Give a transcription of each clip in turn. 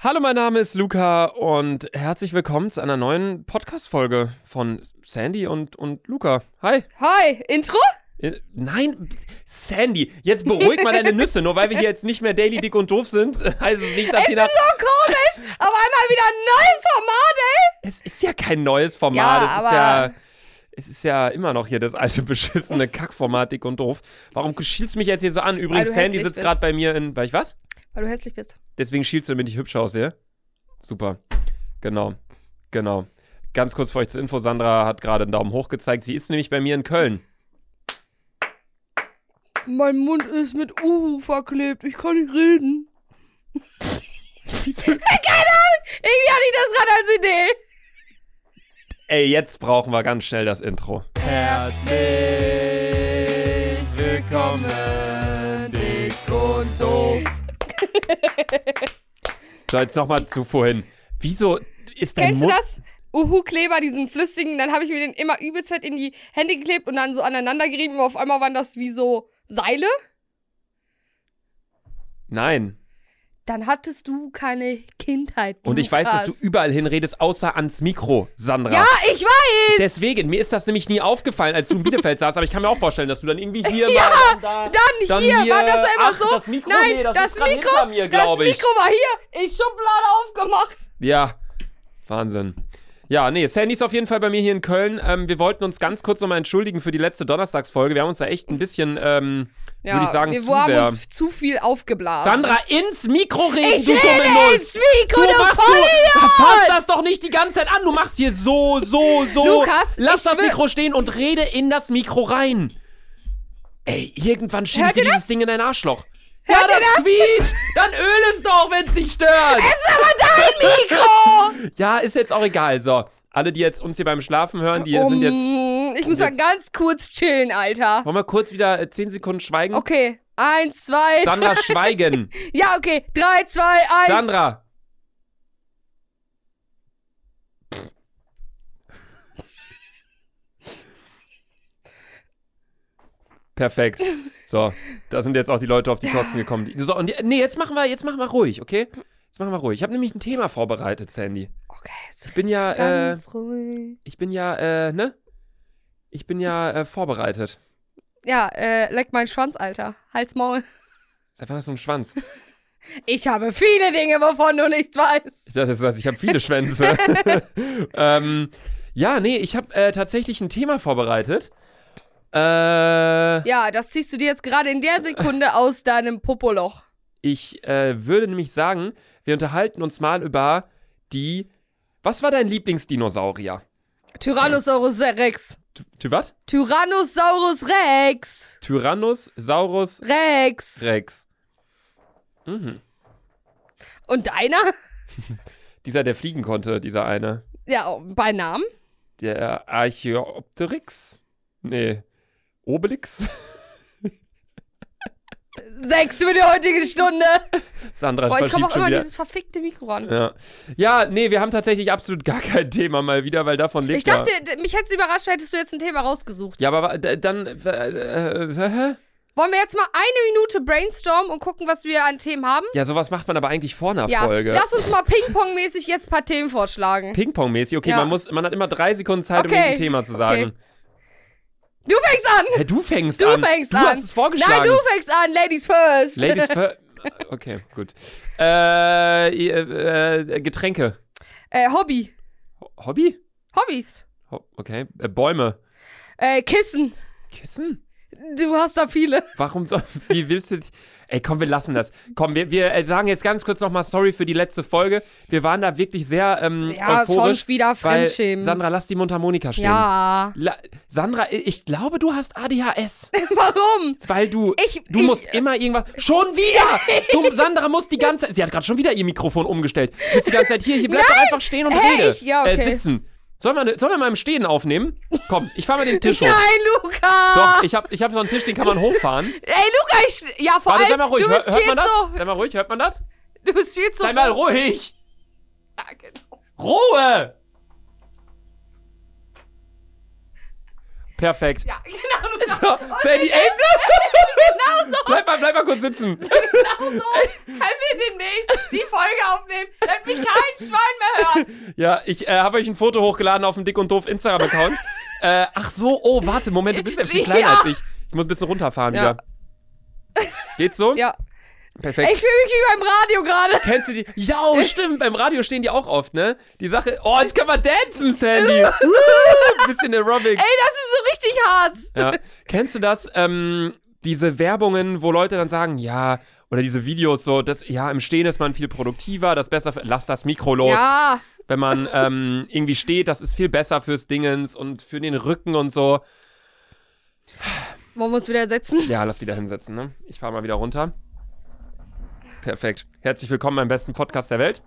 Hallo, mein Name ist Luca und herzlich willkommen zu einer neuen Podcast-Folge von Sandy und, und Luca. Hi. Hi, Intro? Äh, Nein, Sandy, jetzt beruhig mal deine Nüsse. Nur weil wir hier jetzt nicht mehr Daily Dick und Doof sind, heißt es nicht, dass Es die ist nach. so komisch! Auf einmal wieder ein neues Format, ey! Es ist ja kein neues Format. Ja, es, ist aber- ja, es ist ja immer noch hier das alte beschissene Kackformat Dick und Doof. Warum schielst du mich jetzt hier so an? Übrigens, du Sandy hässlich sitzt bist. gerade bei mir in. Weil ich was? Weil du hässlich bist. Deswegen schielst du, damit ich hübsch aussehe. Super. Genau. Genau. Ganz kurz für euch zur Info: Sandra hat gerade einen Daumen hoch gezeigt. Sie ist nämlich bei mir in Köln. Mein Mund ist mit Uhu verklebt, ich kann nicht reden. Wieso ist- Irgendwie hatte ich das gerade als Idee. Ey, jetzt brauchen wir ganz schnell das Intro. Herzlich willkommen, dick und doof. So, jetzt nochmal zu vorhin. Wieso ist dein Kennst du Mund. das? Uhu-Kleber, diesen flüssigen, dann habe ich mir den immer übelst fett in die Hände geklebt und dann so aneinander gerieben und auf einmal waren das wie so Seile. Nein. Dann hattest du keine Kindheit. Und ich weiß, dass du Lukas. überall hinredest, außer ans Mikro, Sandra. Ja, ich weiß! Deswegen, mir ist das nämlich nie aufgefallen, als du in Bielefeld saßt, aber ich kann mir auch vorstellen, dass du dann irgendwie hier Ja, mal, dann, da, Dann, dann hier, war das ach, einfach so? das Mikro, Nein, nee, das, das ist grad Mikro- hinter mir, Das glaube ich. Mikro war hier. Ich Schublade aufgemacht. Ja, Wahnsinn. Ja, nee, Sandy ist auf jeden Fall bei mir hier in Köln. Ähm, wir wollten uns ganz kurz nochmal entschuldigen für die letzte Donnerstagsfolge. Wir haben uns da echt ein bisschen, ähm, würde ich sagen, wir zu haben sehr... uns zu viel aufgeblasen. Sandra, ins Mikro reden, ich du dumme rede Nuss! ins Mikro, Du du machst du, fass das doch nicht die ganze Zeit an. Du machst hier so, so, so. Lukas, lass ich das schwör- Mikro stehen und rede in das Mikro rein. Ey, irgendwann schiebe ich Hört dir ihr dieses Ding in dein Arschloch. Hört ja, ihr das das? quietscht. Dann öl es doch, wenn es dich stört. Mikro! ja, ist jetzt auch egal. So, alle, die jetzt uns hier beim Schlafen hören, die sind jetzt... Mm, ich muss mal jetzt- ganz kurz chillen, Alter. Wollen wir kurz wieder äh, 10 Sekunden schweigen? Okay, eins, zwei. Sandra, schweigen. ja, okay, drei, zwei, eins. Sandra. Perfekt. So, da sind jetzt auch die Leute auf die Kosten gekommen. die- So, und die, nee, jetzt machen wir, jetzt machen wir ruhig, okay? Jetzt machen wir ruhig. Ich habe nämlich ein Thema vorbereitet, Sandy. Okay, jetzt Ich bin ja, äh, ganz ruhig. ich bin ja, äh, ne? Ich bin ja äh, vorbereitet. Ja, äh, leck meinen Schwanz, Alter. Halt's Maul. Ist einfach so ein Schwanz. Ich habe viele Dinge, wovon du nichts weißt. Ich dachte, das heißt, ich habe viele Schwänze. ähm, ja, nee, ich habe äh, tatsächlich ein Thema vorbereitet. Äh, Ja, das ziehst du dir jetzt gerade in der Sekunde aus deinem Popoloch. Ich äh, würde nämlich sagen, wir unterhalten uns mal über die. Was war dein Lieblingsdinosaurier? Tyrannosaurus Rex. Ty- Ty was? Tyrannosaurus Rex. Tyrannosaurus Rex. Rex. Mhm. Und deiner? Dieser, der fliegen konnte, dieser eine. Ja, oh, bei Namen. Der Archaeopteryx? Nee. Obelix? Sechs für die heutige Stunde. Sandra, Boah, ich verschiebt komme auch schon immer an wieder. dieses verfickte Mikro ran. Ja. ja, nee, wir haben tatsächlich absolut gar kein Thema mal wieder, weil davon lebt Ich dachte, er. d- mich hätte es überrascht, hättest du jetzt ein Thema rausgesucht. Ja, aber wa- d- dann. Äh, äh, Wollen wir jetzt mal eine Minute brainstormen und gucken, was wir an Themen haben? ja, sowas macht man aber eigentlich vor einer Ja. Folge. Lass uns mal Ping-Pong-mäßig jetzt ein paar Themen vorschlagen. Ping-Pong-mäßig. Okay, Ja. man, muss, man hat immer drei Sekunden Zeit, um Okay. ein Thema zu sagen. Du fängst an! Hä, du fängst Du an. fängst du an. hast es vorgeschlagen. Nein, du fängst an! Ladies first! Ladies first. Okay, gut. Äh, äh, äh, Getränke. äh, Hobby. Hobby? Hobbys. Ho- Okay. Äh, Bäume. Äh, Kissen. Kissen? Du hast da viele. Warum so? Wie willst du dich? Ey, komm, wir lassen das. Komm, wir, wir äh, sagen jetzt ganz kurz nochmal sorry für die letzte Folge. Wir waren da wirklich sehr ähm, Ja, schon euphorisch. wieder weil, Fremdschämen. Sandra, lass die Mundharmonika stehen. ja. La Sandra, i- ich glaube, du hast ADHS, Warum? weil du Ich- du ich- musst immer irgendwas schon wieder. Du, Sandra muss die ganze Zeit, sie hat gerade schon wieder ihr Mikrofon umgestellt. Du bist die ganze Zeit hier, hier bleib doch einfach stehen und Hey, rede. ich- ja, okay. äh, sitzen. Sollen wir, ne- sollen wir mal im Stehen aufnehmen? Komm, ich fahr mal den Tisch hoch. Nein, Luca! Doch, ich habe ich hab so einen Tisch, den kann man hochfahren. Ey, Luca, ich. Ja, vor Warte, sei allem. mal ruhig. Du Hör, bist hört viel man das? zu. Sei mal ruhig, hört man das? Du bist viel zu. Sei mal ruhig. Ja, genau. Ruhe! Perfekt. Ja, genau. Du So, Sandy, ey, bleib, bleib, mal, bleib mal kurz sitzen. Genau so können wir demnächst die Folge aufnehmen, damit mich kein Schwein mehr hört. Ja, ich äh, habe euch ein Foto hochgeladen auf dem Dick und Doof Instagram-Account. äh, ach so, oh, warte, Moment, du bist ja ein bisschen kleiner Ja. als ich. Ich muss ein bisschen runterfahren Ja. wieder. Geht's so? Ja. Perfekt. Ich fühle mich wie beim Radio gerade. Kennst du die? Ja, oh, stimmt, beim Radio stehen die auch oft, ne? Die Sache, oh, jetzt kann man dancen, Sandy. Woo, bisschen Aerobic. Ey, das ist so richtig hart. Ja. Kennst du das? Ähm, diese Werbungen, wo Leute dann sagen, ja, oder diese Videos so, das, ja, im Stehen ist man viel produktiver, das ist besser, für, lass das Mikro los. Ja, Wenn man ähm, irgendwie steht, das ist viel besser fürs Dingens und für den Rücken und so. wollen wir uns wieder setzen? Ja, lass wieder hinsetzen, ne? Ich fahr mal wieder runter. Perfekt. Herzlich willkommen beim besten Podcast der Welt.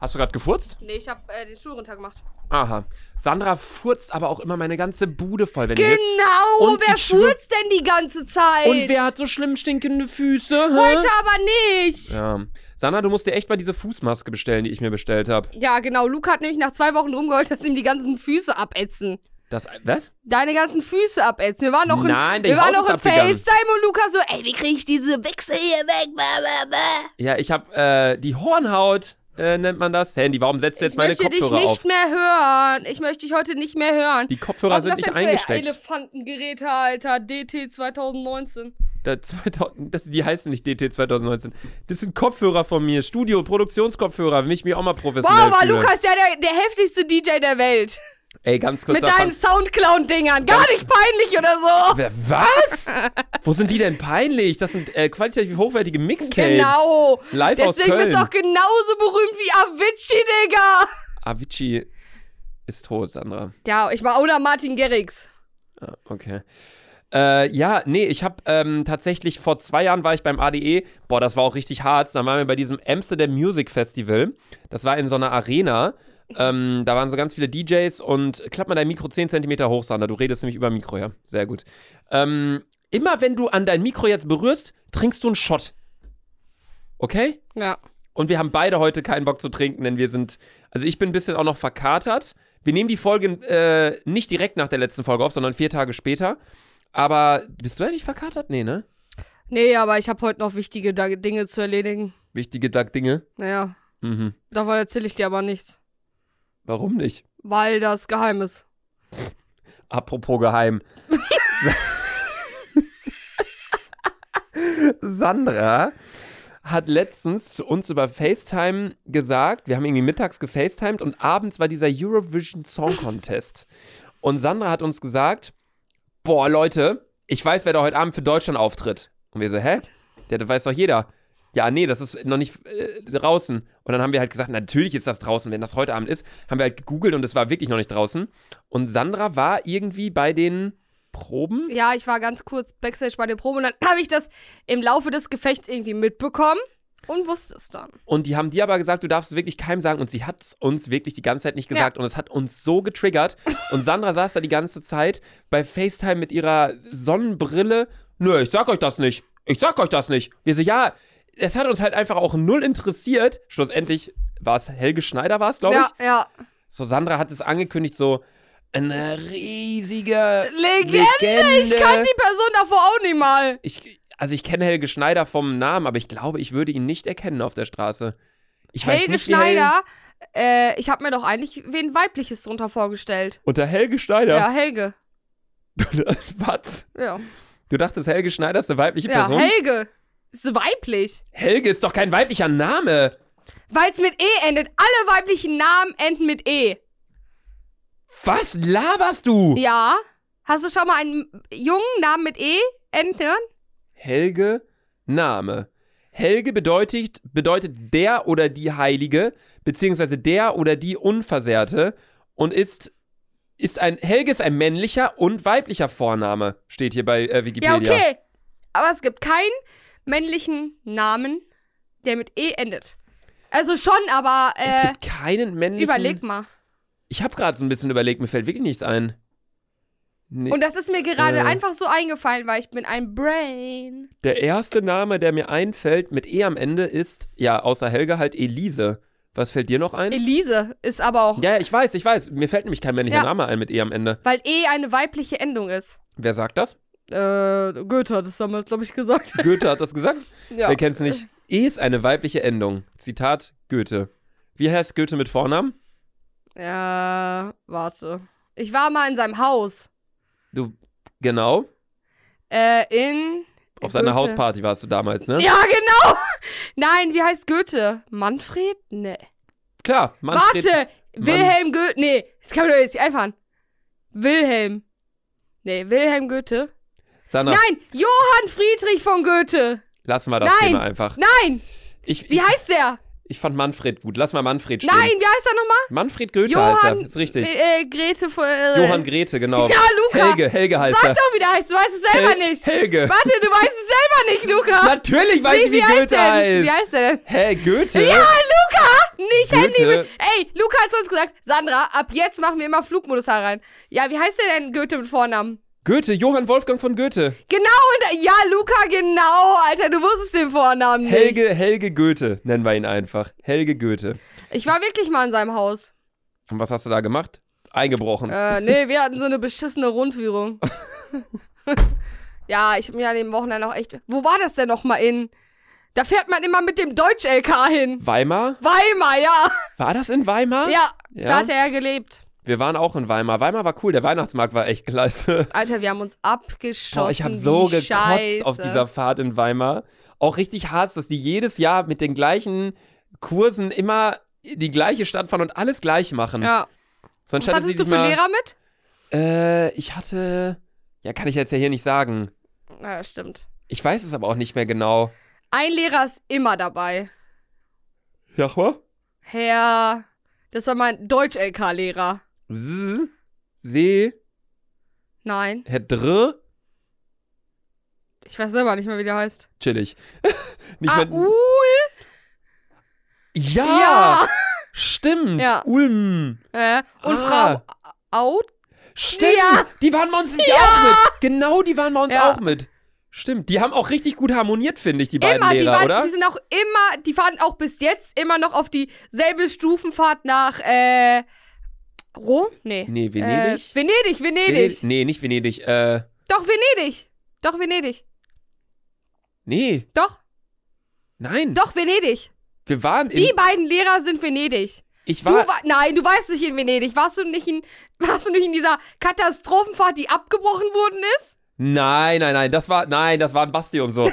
Hast du gerade gefurzt? Nee, ich habe den Stuhl runtergemacht. Aha. Sandra furzt aber auch immer meine ganze Bude voll, wenn ihr Genau, Und wer ich schwör- furzt denn die ganze Zeit? Und wer hat ne? so schlimm stinkende Füße? hä? Heute aber nicht. Ja. Ja. Sandra, du musst dir echt mal diese Fußmaske bestellen, die ich mir bestellt habe. genau. Luke hat nämlich nach zwei Wochen rumgeheult, dass ihm die ganzen Füße abätzen. Das. Was? Deine ganzen Füße abätzen. Wir waren noch in, Nein, der wir waren Haut noch ist in abgegangen. FaceTime und Luca so, ey, wie krieg ich diese Wichse hier weg? Blah, blah, blah. Ja, ich habe äh, die Hornhaut, äh, nennt man das. Handy, warum setzt du jetzt ich meine möchte dich Kopfhörer nicht auf? mehr hören. Ich möchte dich heute nicht mehr hören. Die Kopfhörer Was sind ist nicht das denn für eingesteckt. Elefantengeräte, Alter? DT 2019. Da 2000, das, die heißen nicht DT 2019. Das sind Kopfhörer von mir. Studio, Produktionskopfhörer, mich mir auch mal professionell. Boah, war fühle. Lukas ja der, der heftigste DJ der Welt. Ey, ganz kurz. Mit deinen Soundclown-Dingern. Gar nicht peinlich oder so. Wer, was? Wo sind die denn peinlich? Das sind äh, qualitativ hochwertige Mixtapes. Genau. Live aus Deswegen bist du Köln. auch genauso berühmt wie Avicii, Digga. Avicii ist tot, Sandra. Ja, ich war oder Martin Gerricks. Ah, Okay. Äh, ja, nee, ich habe ähm, tatsächlich vor zwei Jahren war ich beim ADE. Boah, das war auch richtig hart. Dann waren wir bei diesem Amsterdam Music Festival. Das war in so einer Arena. Ähm, da waren so ganz viele DJs und klapp mal dein Mikro 10 cm hoch, Sander. Du redest nämlich über Mikro, ja. Sehr gut. Ähm, immer wenn du an dein Mikro jetzt berührst, trinkst du einen Shot. Okay? Ja. Und wir haben beide heute keinen Bock zu trinken, denn wir sind. Also ich bin ein bisschen auch noch verkatert. Wir nehmen die Folge äh, nicht direkt nach der letzten Folge auf, sondern vier Tage später. Aber bist du eigentlich verkatert? Nee, ne? Nee, aber ich habe heute noch wichtige Da- Dinge zu erledigen. Wichtige Dinge. Naja, Mhm. davon erzähle ich dir aber nichts. Warum nicht? Weil das geheim ist. Apropos geheim. Sandra hat letztens zu uns über FaceTime gesagt, wir haben irgendwie mittags gefacetimed und abends war dieser Eurovision Song Contest. Und Sandra hat uns gesagt, boah Leute, ich weiß, wer da heute Abend für Deutschland auftritt. Und wir so, hä? Ja, das weiß doch jeder. Ja, nee, das ist noch nicht äh, draußen. Und dann haben wir halt gesagt, natürlich ist das draußen, wenn das heute Abend ist. Haben wir halt gegoogelt und es war wirklich noch nicht draußen. Und Sandra war irgendwie bei den Proben. Ja, ich war ganz kurz Backstage bei der Probe und dann habe ich das im Laufe des Gefechts irgendwie mitbekommen und wusste es dann. Und die haben dir aber gesagt, du darfst es wirklich keinem sagen. Und sie hat es uns wirklich die ganze Zeit nicht gesagt. Und es hat uns so getriggert. Und Sandra saß da die ganze Zeit bei FaceTime mit ihrer Sonnenbrille. Nö, ich sag euch das nicht. Ich sag euch das nicht. Wir so, ja, es hat uns halt einfach auch null interessiert. Schlussendlich war es Helge Schneider, war es, glaube ja, ich. ja. So, Sandra hat es angekündigt, so eine riesige Legende. Ich kann die Person davor auch nicht mal. Ich, also ich kenne Helge Schneider vom Namen, aber ich glaube, ich würde ihn nicht erkennen auf der Straße. Ich weiß Helge nicht, wie Helge, Schneider, äh, ich habe mir doch eigentlich wen weibliches drunter vorgestellt. unter Helge Ja, Schneider. Helge. Was? Ja, Du dachtest, Helge Schneider ist eine weibliche ja Person? Helge. Ist weiblich. Helge ist doch kein weiblicher Name. Weil es mit E endet. Alle weiblichen Namen enden mit E. Was laberst du? Ja. Hast du schon mal einen jungen Namen mit E enden? hören? Helge Name. Helge bedeutet, bedeutet der oder die Heilige, beziehungsweise der oder die Unversehrte und ist, ist ein, Helge ist ein männlicher und weiblicher Vorname, steht hier bei äh, Wikipedia. Ja, okay. Aber es gibt keinen männlichen Namen, der mit E endet. Also schon, aber Es äh, gibt keinen männlichen. überleg mal. Ich habe gerade so ein bisschen überlegt, mir fällt wirklich nichts ein. Nee. Und das ist mir gerade Äh. einfach so eingefallen, weil ich bin ein Brain. der erste Name, der mir einfällt mit E am Ende ist, ja, außer Helge halt Elise. Was fällt dir noch ein? Elise ist aber auch, Ja, ja, ich weiß, ich weiß. Mir fällt nämlich kein männlicher Ja. Name ein mit E am Ende. weil E eine weibliche Endung ist. Wer sagt das? Äh, Goethe hat es damals, glaube ich, gesagt. Goethe hat das gesagt. ja. Wer kennt's nicht? E ist eine weibliche Endung. Zitat Goethe. Wie heißt Goethe mit Vornamen? Ja, warte. Ich war mal in seinem Haus. Du, genau. Äh, in. Auf seiner Goethe. Hausparty warst du damals, ne? Ja, genau! Nein, wie heißt Goethe? Manfred? Nee. Klar, Manfred. Warte! Wilhelm Goethe. Nee, das kann man doch jetzt nicht einfahren. Wilhelm. Nee, Wilhelm Goethe. Sandra, Nein, Johann Friedrich von Goethe. lassen wir das Nein. Thema einfach. Nein, Ich, wie ich, heißt der? ich fand Manfred gut. Lass mal Manfred stehen. Nein, wie heißt er nochmal? Manfred Goethe Johann- heißt er. Ist richtig. Äh, äh, Grete von. Äh, Johann Grete, genau. Ja, Luca. Helge, Helge heißt Sag er. doch, wie der heißt. Du weißt es selber Hel- nicht. Helge. Warte, du weißt es selber nicht, Luca. Natürlich weiß ich, wie, heißt Goethe der denn? heißt. Wie heißt der denn? Hä, Goethe? Ja, Luca! Nicht Handy Goethe. mit. Ey, Luca hat zu uns gesagt, Sandra, ab jetzt machen wir immer Flugmodus rein. Ja, wie heißt der denn Goethe mit Vornamen? Goethe, Johann Wolfgang von Goethe. Genau, und, ja, Luca, genau, Alter, du wusstest den Vornamen nicht. Helge, Helge Goethe nennen wir ihn einfach. Helge Goethe. Ich war wirklich mal in seinem Haus. Und was hast du da gemacht? Eingebrochen. Äh, nee, wir hatten so eine beschissene Rundführung. ja, ich hab mir an dem Wochenende auch echt. Wo war das denn nochmal in? Da fährt man immer mit dem Deutsch-LK hin. Weimar? Weimar, ja. War das in Weimar? Ja, Ja. da hat er ja gelebt. Wir waren auch in Weimar. Weimar war cool. Der Weihnachtsmarkt war echt klasse. Alter, wir haben uns abgeschossen. Boah, ich habe so wie gekotzt Scheiße. auf dieser Fahrt in Weimar. Auch richtig hart, dass die jedes Jahr mit den gleichen Kursen immer die gleiche Stadt fahren und alles gleich machen. Ja. So anstatt, Was dass sie hattest du sich für mal- Lehrer mit? Äh, ich hatte. Ja, kann ich jetzt ja hier nicht sagen. Ja, stimmt. Ich weiß es aber auch nicht mehr genau. Ein Lehrer ist immer dabei. Ja, wa? Herr. Das war mein Deutsch-LK-Lehrer. Z, Se, Nein. Herr Dr. Ich weiß selber nicht mehr, wie der heißt. Chillig. nicht mehr- Aul? ja, Ja. Stimmt! Ja. Ulm! Äh, und Ah. Frau Out? Stimmt! Ja. Die waren bei uns nämlich auch mit! Genau, die waren bei uns Ja. auch mit. Stimmt, die haben auch richtig gut harmoniert, finde ich, die beiden Immer, die, Lehrer, waren, oder? die sind auch immer, die fahren auch bis jetzt immer noch auf dieselbe Stufenfahrt nach, äh, Rom? Nee. Nee, Venedig? Äh, Venedig, Venedig. Vened- Nee, nicht Venedig. Äh, Doch, Venedig. Doch, Venedig. nee, Doch, nein. doch, Venedig. Wir waren in. Die beiden Lehrer sind Venedig. ich Du war. wa Nein, du warst nicht in Venedig. Warst du nicht in, warst du nicht in dieser Katastrophenfahrt, die abgebrochen worden ist? Nein, nein, nein, das war, nein, das waren Basti und so.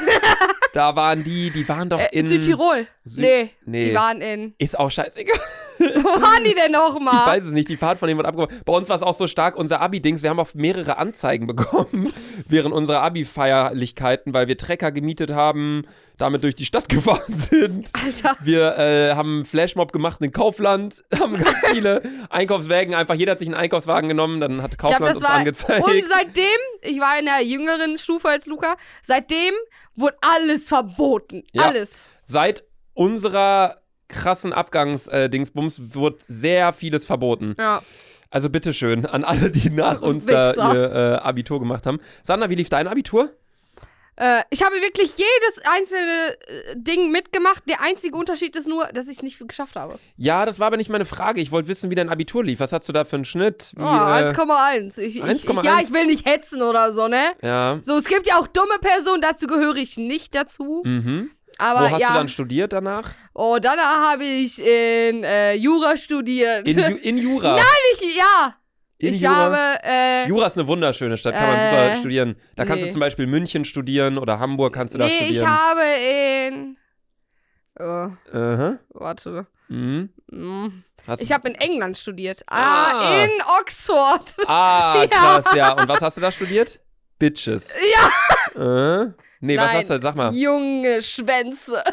da waren die, die waren doch Äh, in Südtirol. Sü- nee, nee. Die waren in. Ist auch scheißegal. Wo waren die Ich denn nochmal? weiß es nicht. Die Fahrt von denen wurde abgebrochen. Bei uns war es auch so stark, unser Abi-Dings. Wir haben auch mehrere Anzeigen bekommen während unserer Abi-Feierlichkeiten, weil wir Trecker gemietet haben, damit durch die Stadt gefahren sind. Alter. Wir äh, haben einen Flashmob gemacht in Kaufland, haben ganz viele Einkaufswägen. Einfach jeder hat sich einen Einkaufswagen genommen, dann hat Ich Kaufland glaube, das uns war. angezeigt. Und seitdem, ich war in der jüngeren Stufe als Luca, seitdem wurde alles verboten. Ja. Alles. Seit unserer krassen Abgangs-Dingsbums wird sehr vieles verboten. Ja. Also bitteschön an alle, die nach uns da Wichser. ihr äh, Abitur gemacht haben. Sandra, wie lief dein Abitur? Äh, ich habe wirklich jedes einzelne äh, Ding mitgemacht. Der einzige Unterschied ist nur, dass ich es nicht geschafft habe. Ja, das war aber nicht meine Frage. Ich wollte wissen, wie dein Abitur lief. Was hast du da für einen Schnitt? Wie, Oh, äh, 1,1. Ich, ich, ich, 1,1. ja, ich will nicht hetzen oder so, ne? ja. So, es gibt ja auch dumme Personen, dazu gehöre ich nicht dazu. Mhm. Aber Wo hast ja. du dann studiert danach? oh, danach habe ich in äh, Jura studiert. In, Ju- in Jura. Nein, ich, ja. in ich Jura. habe, äh, Jura ist eine wunderschöne Stadt, kann man Äh, super studieren. Da kannst nee. du zum Beispiel München studieren oder Hamburg kannst du da nee, ich studieren. habe in, oh, Ich Aha. warte, Mhm. Hm. Hast ich du- habe in England studiert. Ah. Ah, in Oxford. Ah, Ja. krass, ja. Und was hast du da studiert? Bitches. Ja. Äh? Nee, was Nein. hast du, sag mal, Junge Schwänze.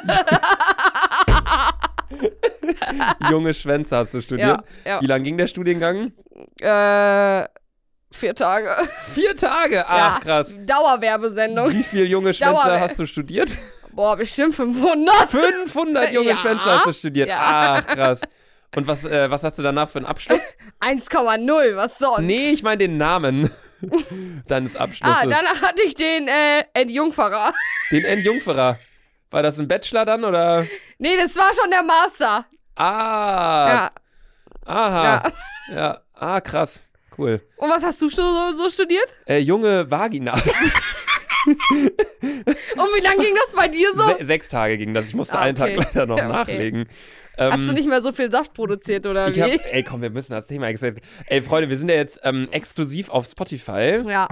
junge Schwänze hast du studiert. Ja, ja. Wie lang ging der Studiengang? Äh, vier Tage. Vier Tage. Ach, Ja. krass. Dauerwerbesendung. Wie viel junge Schwänze Dauerwelle. hast du studiert? Boah, bestimmt 500. 500 junge Ja. Schwänze hast du studiert. Ja. Ach, krass. Und was, äh, was hast du danach für einen Abschluss? 1,0, was sonst? Nee, ich meine den Namen deines Abschlusses. Ah, danach hatte ich den äh, Entjungferer. den Endjungferer. War das ein Bachelor dann oder? Nee, das war schon der Master. Ah, Ja, aha. ja. Ja. ah, krass. Cool. Und was hast du schon so, so studiert? Äh, junge Vagina. Und wie lange ging das bei dir so? Se sechs Tage ging das. Ich musste Ah, einen Tag okay. leider noch Ja, okay. nachlegen. Ähm, Hast du nicht mehr so viel Saft produziert oder ich wie? hab, ey, komm, wir müssen das Thema. exakt- Ey, Freunde, wir sind ja jetzt ähm, exklusiv auf Spotify. ja,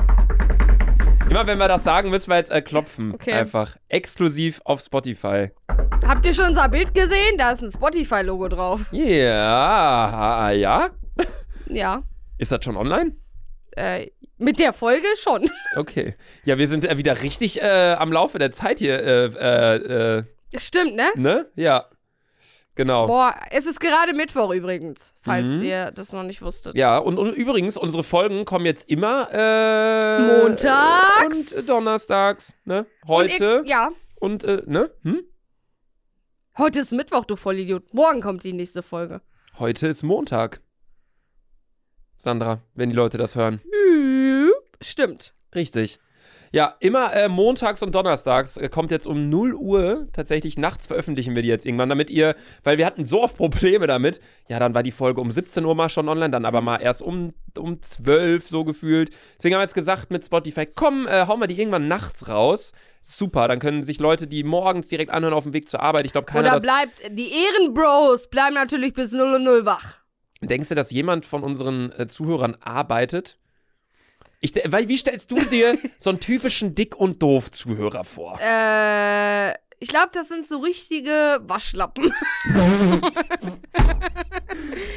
Immer wenn wir das sagen, müssen wir jetzt äh, klopfen. Okay. Einfach exklusiv auf Spotify. Habt ihr schon unser Bild gesehen? Da ist ein Spotify-Logo drauf. Ja, ah, ja. Ja. Ist das schon online? Äh, mit der Folge schon. Okay. Ja, wir sind äh, wieder richtig äh, am Laufe der Zeit hier. Äh, äh, äh, Stimmt, ne? ne? Ja. Genau. Boah, es ist gerade Mittwoch übrigens, falls Mhm. ihr das noch nicht wusstet. Ja, und, und übrigens, unsere Folgen kommen jetzt immer äh, Montags. und äh, donnerstags, ne? Und Heute Ihr, ja. und, äh, ne? Hm? Heute ist Mittwoch, du Vollidiot. Morgen kommt die nächste Folge. Heute ist Montag. Sandra, wenn die Leute das hören. Stimmt. Richtig. Ja, immer äh, montags und donnerstags äh, kommt jetzt um 0 Uhr. Tatsächlich nachts veröffentlichen wir die jetzt irgendwann, damit ihr, weil wir hatten so oft Probleme damit. Ja, dann war die Folge um 17 Uhr mal schon online, dann aber mal erst um, um 12 so gefühlt. Deswegen haben wir jetzt gesagt mit Spotify, komm, äh, hauen wir die irgendwann nachts raus. Super, dann können sich Leute, die morgens direkt anhören auf dem Weg zur Arbeit, ich glaube, keiner Oder das bleibt, die Ehrenbros bleiben natürlich bis 0 und 0 wach. Denkst du, dass jemand von unseren äh, Zuhörern arbeitet? Ich, de- weil, wie stellst du dir so einen typischen dick und doof Zuhörer vor? Äh, ich glaube, das sind so richtige Waschlappen.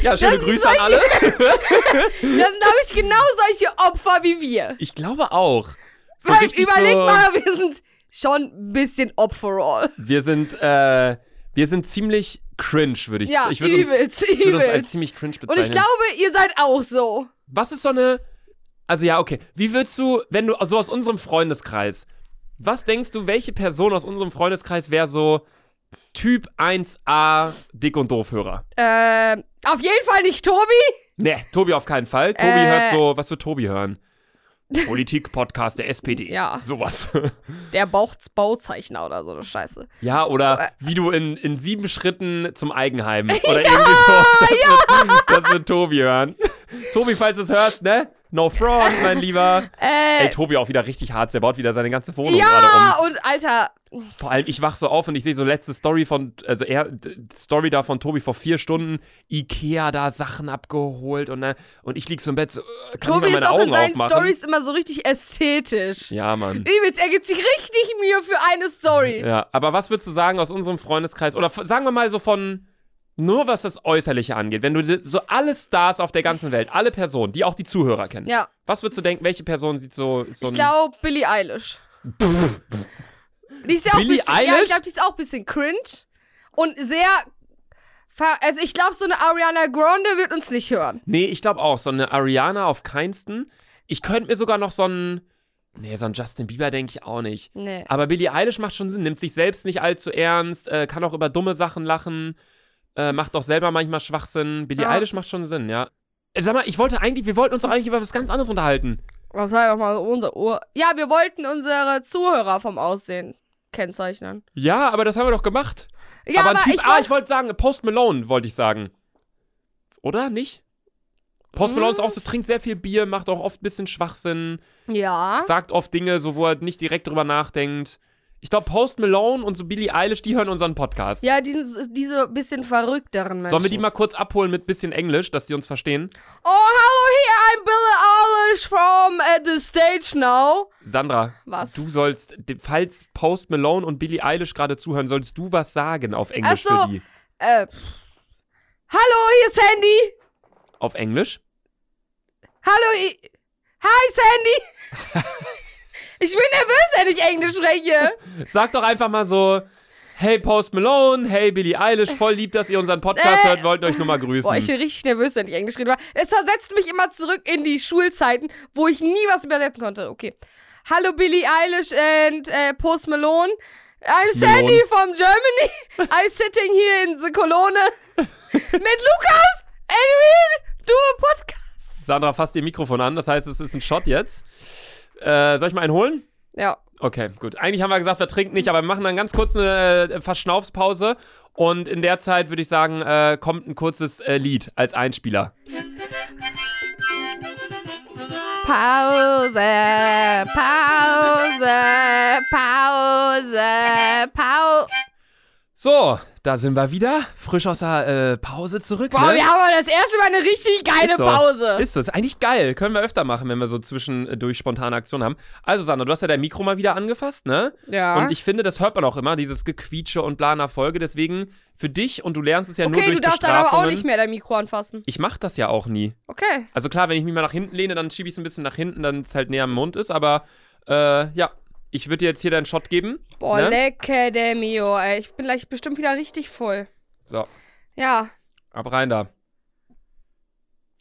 Ja, schöne Das Grüße an alle. Das sind, glaube ich, genau solche Opfer wie wir. Ich glaube auch. So Weil, richtig überleg so, mal, wir sind schon ein bisschen Opferall. Wir sind, äh, wir sind ziemlich cringe, würde ich Ja, ich würde uns, übelst, ich würde uns als übelst. ziemlich cringe bezeichnen. Und ich glaube, ihr seid auch so. was ist so eine. Also, ja, okay. Wie würdest du, wenn du so aus unserem Freundeskreis, was denkst du, welche Person aus unserem Freundeskreis wäre so Typ 1a Dick- und Doofhörer? Äh, auf jeden Fall nicht Tobi. Nee, Ne, Tobi auf keinen Fall. Tobi Äh. hört so, was wird Tobi hören? Politik-Podcast der SPD. Ja. Sowas. Der Bauchs Bauzeichner oder so eine Scheiße. Ja, Oh, äh. oder wie du in, in sieben Schritten zum Eigenheim oder irgendwie so. Das, wird, das wird Tobi hören. Tobi, falls du es hörst, ne? No fraud, mein Lieber. Äh, Ey, Tobi auch wieder richtig hart. Der baut wieder seine ganze Wohnung gerade ja, und Alter, um. Vor allem, ich wach so auf und ich sehe so letzte Story von, also er, d- Story da von Tobi vor vier Stunden. Ikea da Sachen abgeholt und, dann, und ich lieg so im Bett so, äh, kann Tobi ich mal ist meine auch in Augen seinen aufmachen? Stories immer so richtig ästhetisch. Ja, Mann. Übelst, er gibt sich richtig Mühe für eine Story. Ja, aber was würdest du sagen aus unserem Freundeskreis? Oder f- sagen wir mal so von nur was das Äußerliche angeht, wenn du di- so alle Stars auf der ganzen Welt, alle Personen, die auch die Zuhörer kennen, Ja, was würdest du denken, welche Person sieht so, ist so ich glaube Billie Eilish. Die ist ja auch Billie bisschen, Ja, Eilish? ich glaube, die ist auch ein bisschen cringe und sehr. ver- Also ich glaube, so eine Ariana Grande wird uns nicht hören. Nee, ich glaube auch, so eine Ariana auf keinsten. Ich könnte mir sogar noch so einen, nee, so einen Justin Bieber denke ich auch nicht. Nee. Aber Billie Eilish macht schon Sinn, nimmt sich selbst nicht allzu ernst, äh, kann auch über dumme Sachen lachen, äh, macht auch selber manchmal Schwachsinn. Billie Ja. Eilish macht schon Sinn, ja. Äh, Sag mal, ich wollte eigentlich, wir wollten uns doch eigentlich über was ganz anderes unterhalten. Was war doch mal unser Ur. Ja, wir wollten unsere Zuhörer vom Aussehen kennzeichnen. Ja, aber das haben wir doch gemacht. Ja, aber, ein Typ, ich ah, wollt- ich wollte sagen, Post Malone wollte ich sagen. Oder nicht? Post Malone ist auch Hm. so, trinkt sehr viel Bier, macht auch oft ein bisschen Schwachsinn, ja. sagt oft Dinge, so wo er nicht direkt drüber nachdenkt. Ich glaube, Post Malone und so Billie Eilish, die hören unseren Podcast. Ja, diesen, diese bisschen verrückteren Menschen. Sollen wir die mal kurz abholen mit bisschen Englisch, dass die uns verstehen? Oh, hello here, I'm Billie Eilish from at the stage now. Sandra, Was? du sollst, de- falls Post Malone und Billie Eilish gerade zuhören, sollst du was sagen auf Englisch Ach so. für die? Äh, pff. hallo, hier ist Sandy. Auf Englisch? Hallo, i- hi Sandy. ich bin nervös, wenn ich Englisch spreche. Sag doch einfach mal so, hey Post Malone, hey Billie Eilish, voll lieb, dass ihr unseren Podcast Äh. hört, wollten euch nur mal grüßen. Boah, ich bin richtig nervös, wenn ich Englisch rede. Es versetzt mich immer zurück in die Schulzeiten, wo ich nie was übersetzen konnte. Okay. Hallo Billie Eilish and äh, Post Malone. I'm Sandy from Germany. I'm sitting here in the Kolone mit Lukas and we do a podcast. Sandra fasst ihr Mikrofon an, das heißt, es ist ein Shot jetzt. Äh, soll ich mal einen holen? Ja. Okay, gut. Eigentlich haben wir gesagt, wir trinken nicht, aber wir machen dann ganz kurz eine äh, Verschnaufspause. Und in der Zeit würde ich sagen, äh, kommt ein kurzes äh, Lied als Einspieler. Pause, Pause, Pause, Pause. So, da sind wir wieder. Frisch aus der äh, Pause zurück. Boah, ne? wir haben aber das erste Mal eine richtig geile Ist so. Pause. Ist so, ist eigentlich geil. Können wir öfter machen, wenn wir so zwischendurch spontane Aktionen haben. Also, Sandra, du hast ja dein Mikro mal wieder angefasst, ne? ja. Und ich finde, das hört man auch immer, dieses Gequietsche und bla nach Folge. Deswegen für dich und du lernst es ja nur okay, durch du darfst dann Bestrafungen. aber auch nicht mehr dein Mikro anfassen. Ich mach das ja auch nie. Okay. Also klar, wenn ich mich mal nach hinten lehne, dann schiebe ich es ein bisschen nach hinten, dann es halt näher am Mund ist. Aber äh, ja, ich würde dir jetzt hier deinen Shot geben. Boah, ne? lecker der Mio, ey. Ich bin gleich bestimmt wieder richtig voll. So, Ja. ab rein da.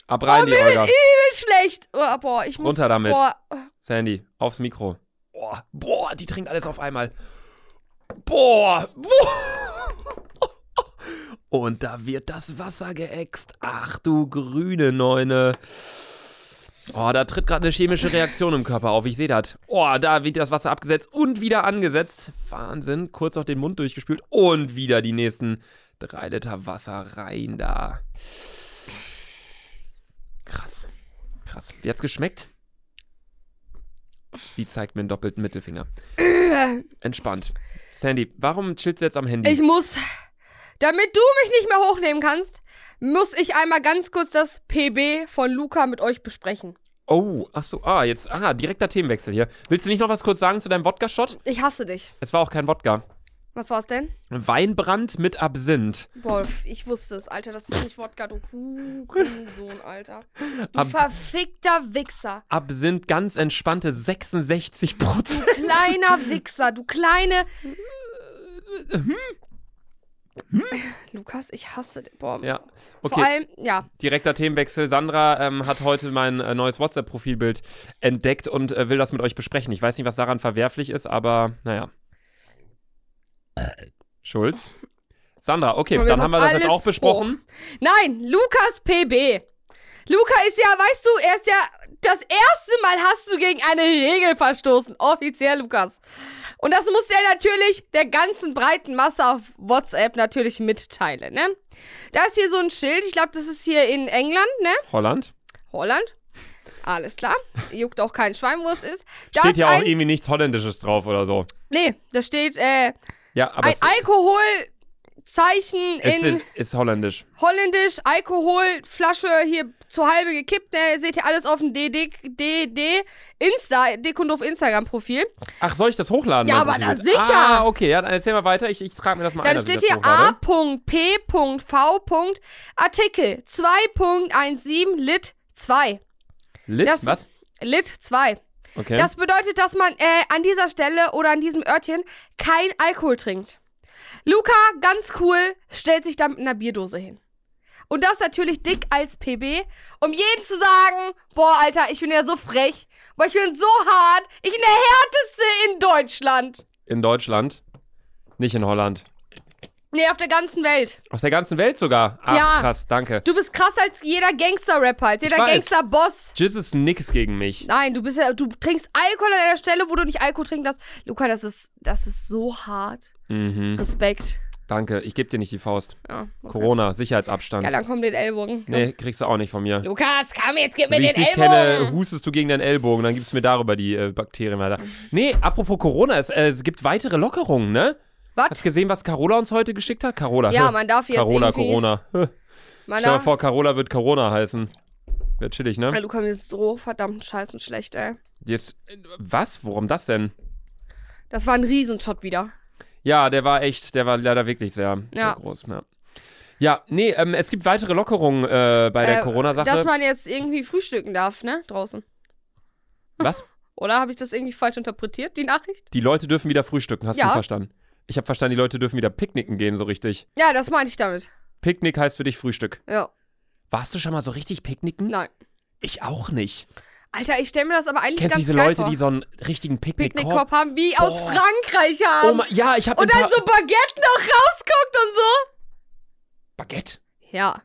Ab rein, Oh, die Olga. Bin schlecht. Oh, boah, ich muss. Runter damit. Boah. Sandy, aufs Mikro. Boah, boah, die trinkt alles auf einmal. Boah, boah. Und da wird das Wasser geäxt. Ach du grüne Neune. Oh, da tritt gerade eine chemische Reaktion im Körper auf. Ich sehe das. Oh, da wird das Wasser abgesetzt und wieder angesetzt. Wahnsinn. Kurz noch den Mund durchgespült und wieder die nächsten drei Liter Wasser rein da. Krass. Krass. Wie hat's geschmeckt? Sie zeigt mir einen doppelten Mittelfinger. Entspannt. Sandy, warum chillst du jetzt am Handy? Ich muss. Damit du mich nicht mehr hochnehmen kannst, muss ich einmal ganz kurz das PB von Luca mit euch besprechen. oh, ach so, ah, jetzt, ah, direkter Themenwechsel hier. Willst du nicht noch was kurz sagen zu deinem Wodka-Shot? Ich hasse dich. Es war auch kein Wodka. Was war's denn? Weinbrand mit Absinth. Wolf, ich wusste es, Alter. Das ist nicht Wodka, du Hurensohn, Alter. Du Ab- verfickter Wichser. Absinth, ganz entspannte 66 Prozent. Kleiner Wichser, du kleine. Lukas, ich hasse dich. Boah. Ja, Vor okay, allem, ja. direkter Themenwechsel. Sandra ähm, hat heute mein äh, neues WhatsApp-Profilbild entdeckt und äh, will das mit euch besprechen. Ich weiß nicht, was daran verwerflich ist, aber naja. Schulz? Sandra, okay, Aber wir dann haben wir das jetzt alles auch besprochen. Nein, Lukas PB. Luca ist ja, weißt du, er ist ja. Das erste Mal hast du gegen eine Regel verstoßen. Offiziell, Lukas. Und das muss er natürlich der ganzen breiten Masse auf WhatsApp natürlich mitteilen, ne? Da ist hier so ein Schild. Ich glaube, das ist hier in England, ne? Holland? Holland. Alles klar. Juckt auch kein Schwein, wo es ist. Da Steht ist ja auch ein, irgendwie nichts Holländisches drauf oder so. Nee, da steht äh, Ja, aber ein es, Alkoholzeichen es in ist, ist holländisch. Holländisch, Alkoholflasche hier zu halbe gekippt. Ne? Seht ihr alles auf dem DD, DD Insta, Dekundorf Instagram-Profil. Ach, soll ich das hochladen? Ja, mein aber na Profil? sicher. Ah, okay, ja, dann erzähl mal weiter. Ich, ich trage mir das mal ein. dass Dann ich das steht hier hochlade. A.P.V. Artikel 2.17 Lit 2. Lit, das- was? Lit 2. Okay. Das bedeutet, dass man äh, an dieser Stelle oder an diesem Örtchen kein Alkohol trinkt. Luca, ganz cool, stellt sich da mit einer Bierdose hin. Und das natürlich dick als PB, um jeden zu sagen, boah, Alter, ich bin ja so frech, boah, ich bin so hart, ich bin der härteste in Deutschland. in Deutschland. Nicht in Holland. Nee, auf der ganzen Welt. Auf der ganzen Welt sogar. Ach, Ja. krass, danke. Du bist krasser als jeder Gangster-Rapper, als jeder weiß. Gangster-Boss. Jizz ist nix gegen mich. Nein, du bist ja, du trinkst Alkohol an der Stelle, wo du nicht Alkohol trinken darfst. Luca, das ist, das ist so hart. Mhm. Respekt. Danke, ich geb dir nicht die Faust. Ja, okay. Corona, Sicherheitsabstand. Ja, dann komm den Ellbogen. Komm. nee, kriegst du auch nicht von mir. Lukas, komm, jetzt gib mir Wenn ich den dich Ellbogen. kenne, hustest du gegen deinen Ellbogen, dann gibst du mir darüber die äh, Bakterien weiter. Nee, apropos Corona, es, äh, es gibt weitere Lockerungen, ne? Hast Was? du gesehen, was Carola uns heute geschickt hat? Carola. Ja, hä? man darf jetzt Carola, irgendwie... Corona. Hä. Man Stell dir mal darf, vor, Carola wird Corona heißen. Wäre chillig, Ey, ne? Luca, mir ist so verdammt scheißen schlecht, ey. Jetzt, äh, was? Warum das denn? Das war ein Riesenshot wieder. Ja, der war echt, der war leider wirklich sehr, Ja. sehr groß. Ja, ja nee, ähm, es gibt weitere Lockerungen äh, bei der Äh, Dass Corona-Sache. man jetzt irgendwie frühstücken darf, ne? Draußen. Was? Oder habe ich das irgendwie falsch interpretiert, die Nachricht? Die Leute dürfen wieder frühstücken, hast Ja. du verstanden? Ich habe verstanden, die Leute dürfen wieder picknicken gehen, so richtig. Ja, das meinte ich damit. Picknick heißt für dich Frühstück. Ja, Warst du schon mal so richtig picknicken? nein. Ich auch nicht. Alter, ich stelle mir das aber eigentlich Kennst du ganz diese geil Leute, vor. die so einen richtigen Picknickkorb? Picknickkorb haben, wie aus Boah. Frankreich Oh haben. mein, ja, ich habe und dann so Baguette noch rausguckt und so. Baguette. Ja,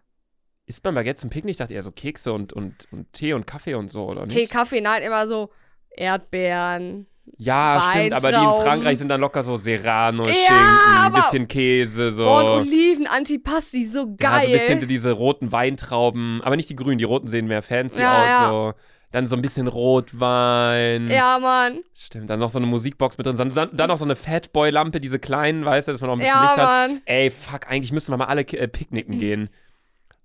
Isst man Baguette zum Picknick? Ich dachte eher so Kekse und, und, und Tee und Kaffee und so, oder nicht? Tee, Kaffee, nein, immer so Erdbeeren, Ja, stimmt, aber die in Weintrauben. Frankreich sind dann locker so Serrano, Ja, Schinken, ein aber- bisschen Käse, so. Und Oliven, Antipasti, so Ja, so ein geil. bisschen diese roten Weintrauben, aber nicht die grünen, die roten sehen mehr fancy Ja, aus. ja. So. Dann so ein bisschen Rotwein. ja, Mann. Stimmt, dann noch so eine Musikbox mit drin. Dann, dann dann noch so eine Fatboy-Lampe, diese kleinen, weißt du, dass man auch ein bisschen Ja, um Licht hat. Mann. Ey, fuck, eigentlich müssten wir mal alle äh, picknicken gehen.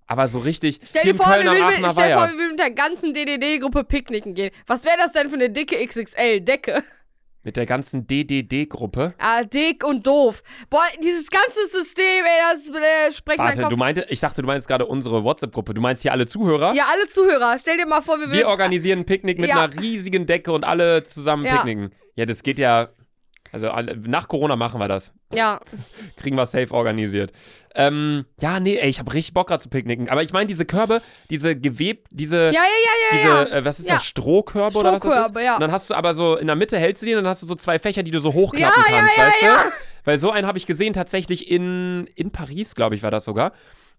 Aber so richtig. Stell hier dir im vor, wir Kölner würden, Aachener mit- stell dir vor, Weiher. wir würden mit der ganzen DDD-Gruppe picknicken gehen. Was wäre das denn für eine dicke XXL-Decke? Mit der ganzen DDD-Gruppe. Ah, dick und doof. Boah, dieses ganze System, ey, das äh, sprengt mein Warte, Kopf. du meintest, ich dachte, du meinst gerade unsere WhatsApp-Gruppe. Du meinst hier alle Zuhörer? ja, alle Zuhörer, stell dir mal vor, wir Wir würden... organisieren ein Picknick mit Ja. einer riesigen Decke und alle zusammen Ja. picknicken. Ja, das geht ja. Also alle- nach Corona machen wir das. Ja, Kriegen wir safe organisiert. Ähm, ja, nee, ey, ich habe richtig Bock gerade zu picknicken. Aber ich meine, diese Körbe, diese gewebt, diese. ja, ja, ja, ja, Diese, ja. äh, was ist Ja. das, Strohkörbe, oder was das ist? Strohkörbe, ja. Und dann hast du aber so, in der Mitte hältst du die und dann hast du so zwei Fächer, die du so hochklappen Ja, ja, kannst, ja, weißt ja. du? Weil so einen habe ich gesehen, tatsächlich in, in Paris, glaube ich, war das sogar.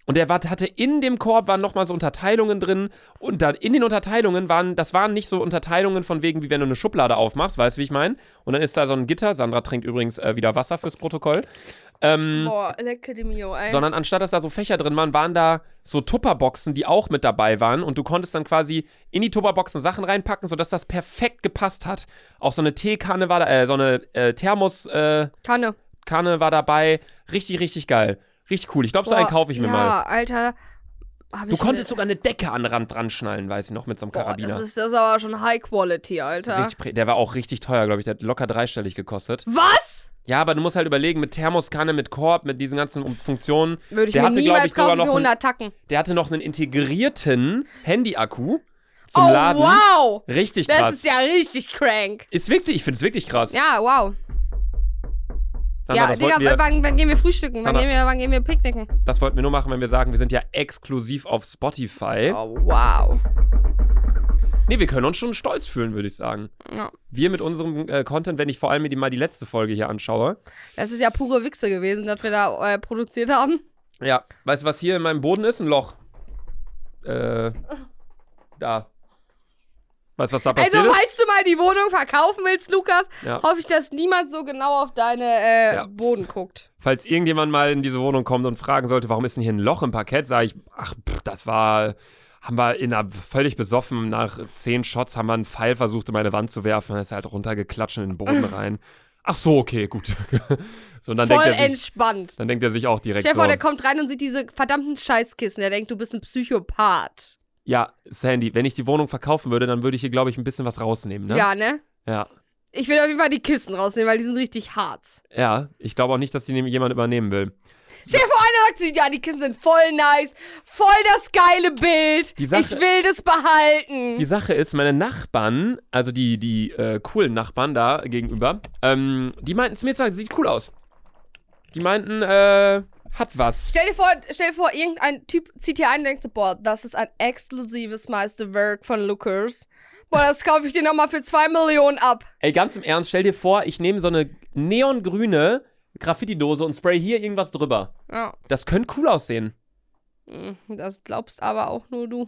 Und der war, hatte in dem Korb waren nochmal so Unterteilungen drin und dann in den Unterteilungen waren, das waren nicht so Unterteilungen von wegen, wie wenn du eine Schublade aufmachst, weißt du, wie ich meine? Und dann ist da so ein Gitter, Sandra trinkt übrigens äh, wieder Wasser fürs Protokoll, ähm, Boah, lecke die Mio, ey. sondern anstatt dass da so Fächer drin waren, waren da so Tupperboxen, die auch mit dabei waren und du konntest dann quasi in die Tupperboxen Sachen reinpacken, sodass das perfekt gepasst hat. Auch so eine Teekanne war da, äh, so eine äh, Thermos, äh, Kanne. Kanne war dabei. Richtig, richtig geil. Richtig cool. Ich glaube, so einen kaufe ich mir ja, mal. Ja, Alter. hab Du ich konntest ne- sogar eine Decke an den Rand dran schnallen, weiß ich noch, mit so einem Boah, Karabiner. Das ist, das ist aber schon High Quality, Das ist Alter. richtig prä- der war auch richtig teuer, glaube ich. Der hat locker dreistellig gekostet. Was? Ja, aber du musst halt überlegen, mit Thermoskanne, mit Korb, mit diesen ganzen Um- Funktionen. Würde ich Der mir hatte, glaub niemals ich, sogar kaufen noch für ein- 100 Tacken. Der hatte noch einen integrierten Handy-Akku zum oh, Laden. wow. Richtig Das krass. ist ja richtig crank. Ist wirklich, ich finde es wirklich krass. Ja, wow. Sandra, ja, das, Digga, wollten wir, wann, wann gehen wir frühstücken? Wann Sandra. gehen wir, wann gehen wir picknicken? das wollten wir nur machen, wenn wir sagen, wir sind ja exklusiv auf Spotify. Oh, wow. Nee, wir können uns schon stolz fühlen, würde ich sagen. Ja. Wir mit unserem äh, Content, wenn ich vor allem mir die, mal die letzte Folge hier anschaue. Das ist ja pure Wichse gewesen, dass wir da äh, produziert haben. Ja. Weißt du, was hier in meinem Boden ist? Ein Loch. Äh, da. Weißt du, was da passiert also, ist? falls du mal die Wohnung verkaufen willst, Lukas, Ja. hoffe ich, dass niemand so genau auf deine äh, Ja. Boden guckt. Falls irgendjemand mal in diese Wohnung kommt und fragen sollte, warum ist denn hier ein Loch im Parkett, sage ich, ach, pff, das war, haben wir in einer völlig besoffen, nach zehn Shots haben wir einen Pfeil versucht, in meine Wand zu werfen, dann ist er halt runtergeklatscht in den Boden rein. Ach so, okay, gut. so, und dann Voll denkt, er sich, entspannt. dann denkt er sich auch direkt Stell dir vor, so, der kommt rein und sieht diese verdammten Scheißkissen. Der denkt, du bist ein Psychopath. ja, Sandy, wenn ich die Wohnung verkaufen würde, dann würde ich hier, glaube ich, ein bisschen was rausnehmen, ne? Ja, ne? Ja, Ich will auf jeden Fall die Kissen rausnehmen, weil die sind richtig hart. ja ich glaube auch nicht, dass die nehm- jemand übernehmen will. Stell dir vor, einer sagt zu dir, ja, die Kissen sind voll nice, voll das geile Bild. Die Sache- ich will das behalten. Die Sache ist, meine Nachbarn, also die, die äh, coolen Nachbarn da gegenüber, ähm, die meinten zu mir, es sieht cool aus. Die meinten, äh, hat was. Stell dir, vor, stell dir vor, irgendein Typ zieht hier ein und denkt so, boah, das ist ein exklusives Meisterwerk von Lukas. Boah, das kaufe ich dir nochmal für 2 Millionen ab. Ey, ganz im Ernst, stell dir vor, ich nehme so eine neongrüne Graffiti-Dose und spray hier irgendwas drüber. Ja, Das könnte cool aussehen. hm, das glaubst aber auch nur du.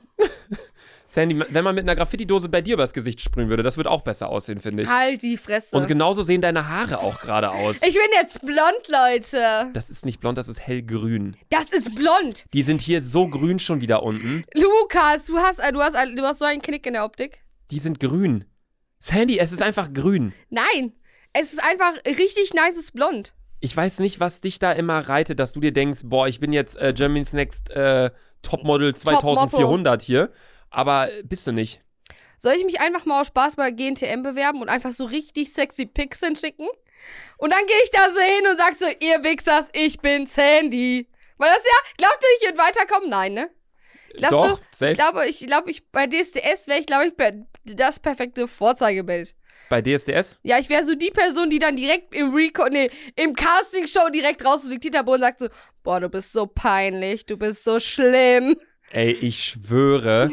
Sandy, wenn man mit einer Graffiti-Dose bei dir übers Gesicht sprühen würde, das würde auch besser aussehen, finde ich. Halt die Fresse. Und genau genauso sehen deine Haare auch gerade aus. ich bin jetzt blond, Leute. Das ist nicht blond, das ist hellgrün. Das ist blond. Die sind hier so grün schon wieder unten. Lukas, du hast, äh, du hast, äh, du hast so einen Knick in der Optik. Die sind grün. Sandy, es ist einfach grün. Nein, es ist einfach richtig nices Blond. ich weiß nicht, was dich da immer reitet, dass du dir denkst, boah, ich bin jetzt äh, Germany's Next äh, Topmodel 2400 hier. Aber äh, bist du nicht. Soll ich mich einfach mal aus Spaß bei GNTM bewerben und einfach so richtig sexy Pics hinschicken? Und dann gehe ich da so hin und sag so, ihr Wichsers, ich bin Sandy. Weil das ja, glaubt ihr, ich würde weiterkommen? Nein, ne? Glaubst Doch, du? safe. Ich glaube, ich glaube, ich bei DSDS wäre ich, glaube ich, per- das perfekte Vorzeigebild. Bei DSDS? Ja, ich wäre so die Person, die dann direkt im Reco nee, im Castingshow direkt rausfliegt, Titabohr und sagt so, boah, du bist so peinlich, du bist so schlimm. Ey, ich schwöre,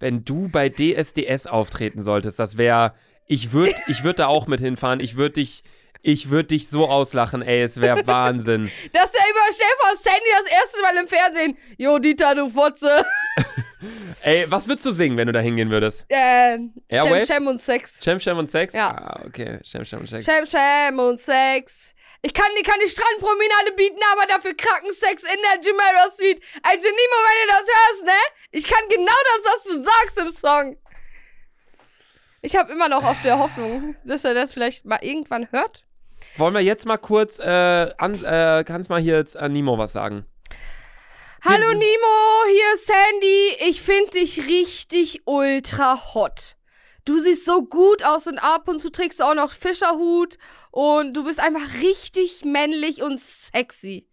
wenn du bei DSDS auftreten solltest, das wäre. Ich würde ich würd da auch mit hinfahren. Ich würde dich. Ich würde dich so auslachen, ey, es wäre Wahnsinn. Das ist ja immer Chef aus Sandy das erste Mal im Fernsehen. Jo, Dieter, du Fotze. Ey, was würdest du singen, wenn du da hingehen würdest? Äh, Sham, Airwaves? Sham und Sex. Sham, Sham und Sex? Ja. Ah, okay. Sham, Sham und Sex. Sham, Sham und Sex. Ich kann, ich kann die Strandpromenade bieten, aber dafür Krankensex in der Jumeirah Suite. Also Nimo, wenn du das hörst, ne? Ich kann genau das, was du sagst im Song. Ich habe immer noch auf der Hoffnung, dass er das vielleicht mal irgendwann hört. Wollen wir jetzt mal kurz, äh, an, äh, kannst mal hier jetzt an Nimo was sagen? Hallo Hm. Nimo, hier ist Sandy. Ich finde dich richtig ultra hot. Du siehst so gut aus und ab und zu trägst du auch noch Fischerhut und du bist einfach richtig männlich und sexy.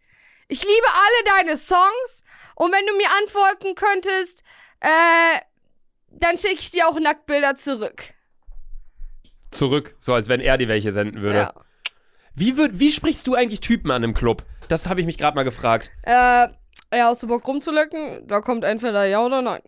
Ich liebe alle deine Songs und wenn du mir antworten könntest, äh, dann schicke ich dir auch Nacktbilder zurück. Zurück, so als wenn er dir welche senden würde. Ja. Wie, würd, wie sprichst du eigentlich Typen an im Club? Das habe ich mich gerade mal gefragt. Äh, ja, hast du Bock rumzulecken? Da kommt entweder ja oder nein.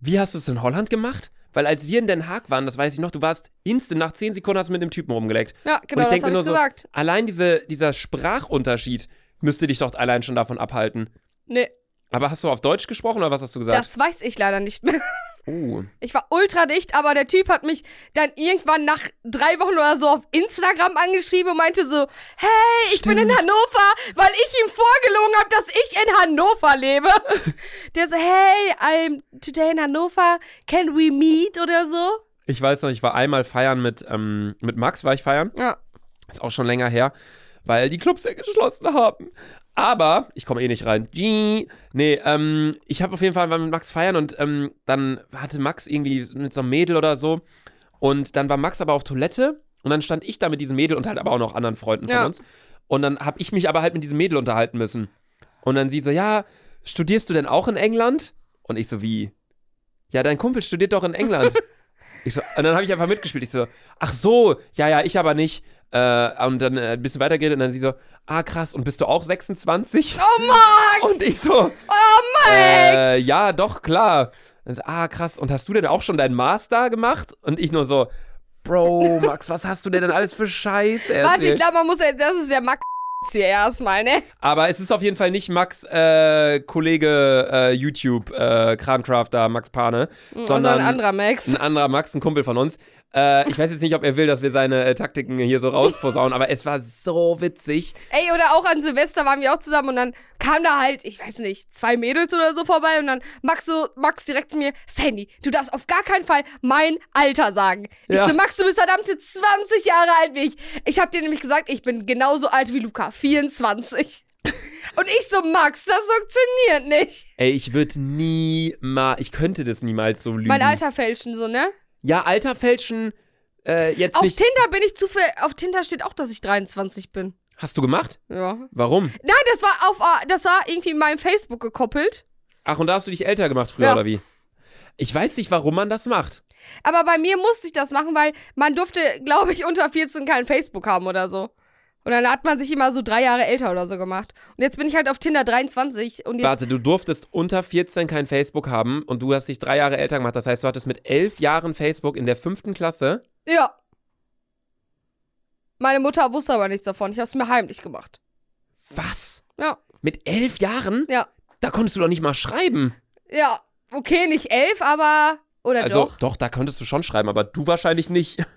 Wie hast du es in Holland gemacht? Weil als wir in Den Haag waren, das weiß ich noch, du warst instant nach 10 Sekunden hast du mit dem Typen rumgeleckt. Ja, genau, das denk mir habe ich nur so- gesagt. Allein diese, dieser Sprachunterschied müsste dich doch allein schon davon abhalten. Nee, Aber hast du auf Deutsch gesprochen oder was hast du gesagt? das weiß ich leider nicht mehr. Oh. Ich war ultra dicht, aber der Typ hat mich dann irgendwann nach drei Wochen oder so auf Instagram angeschrieben und meinte so, hey, ich bin in Stimmt. Hannover, weil ich ihm vorgelogen habe, dass ich in Hannover lebe. der so, hey, I'm today in Hannover, can we meet oder so? Ich weiß noch, ich war einmal feiern mit, ähm, mit Max, war ich feiern. Ja. Ist auch schon länger her, weil die Clubs ja geschlossen haben. Aber, ich komme eh nicht rein. Gii. Nee, ähm, ich habe auf jeden Fall war mit Max feiern und ähm, dann hatte Max irgendwie mit so einem Mädel oder so. Und dann war Max aber auf Toilette und dann stand ich da mit diesem Mädel und halt aber auch noch anderen Freunden von Ja. uns. Und dann habe ich mich aber halt mit diesem Mädel unterhalten müssen. Und dann sie so, ja, studierst du denn auch in England? Und ich so, wie? Ja, dein Kumpel studiert doch in England. ich so, und dann habe ich einfach mitgespielt. Ich so, ach so, ja, ja, ich aber nicht. Äh, und dann äh, ein bisschen weiter geredet und dann sie so, ah krass, und bist du auch 26? Oh Max! Und ich so, oh Max! äh, ja, doch, klar. Dann so, ah krass, und hast du denn auch schon deinen Master gemacht? Und ich nur so, Bro, Max, was hast du denn denn alles für Scheiße erzählt? Warte, ich glaube, man muss, das ist der Max hier erstmal, ne? Aber es ist auf jeden Fall nicht Max äh, Kollege äh, YouTube äh, Krancrafter Max Pane, also sondern ein anderer Max. ein anderer Max, ein Kumpel von uns. Äh, ich weiß jetzt nicht, ob er will, dass wir seine äh, Taktiken hier so rausposaunen, aber es war so witzig. Ey, oder auch an Silvester waren wir auch zusammen und dann kam da halt, ich weiß nicht, zwei Mädels oder so vorbei und dann Max so, Max direkt zu mir, Sandy, du darfst auf gar keinen Fall mein Alter sagen. Ich Ja. so, Max, du bist verdammte 20 Jahre alt wie ich. Ich hab dir nämlich gesagt, ich bin genauso alt wie Luca, 24. Und ich so, Max, das funktioniert nicht. Ey, ich würde niemals, ich könnte das niemals so lügen. Mein Alter fälschen, so, ne? Ja, Alter fälschen, äh, jetzt Auf nicht. Tinder bin ich zu viel, auf Tinder steht auch, dass ich 23 bin. Hast du gemacht? Ja. Warum? Nein, das war auf, äh, das war irgendwie in meinem Facebook gekoppelt. Ach, und da hast du dich älter gemacht früher, Ja. oder wie? Ich weiß nicht, warum man das macht. Aber bei mir musste ich das machen, weil man durfte, glaube ich, unter 14 kein Facebook haben oder so. Und dann hat man sich immer so drei Jahre älter oder so gemacht. Und jetzt bin ich halt auf Tinder 23 und jetzt. Warte, du durftest unter 14 kein Facebook haben und du hast dich drei Jahre älter gemacht. Das heißt, du hattest mit elf Jahren Facebook in der fünften Klasse. Ja. Meine Mutter wusste aber nichts davon. Ich habe es mir heimlich gemacht. Was? Ja. Mit elf Jahren? Ja. Da konntest du doch nicht mal schreiben. Ja, okay, nicht elf, aber. Oder also, doch? da konntest du schon schreiben, aber du wahrscheinlich nicht.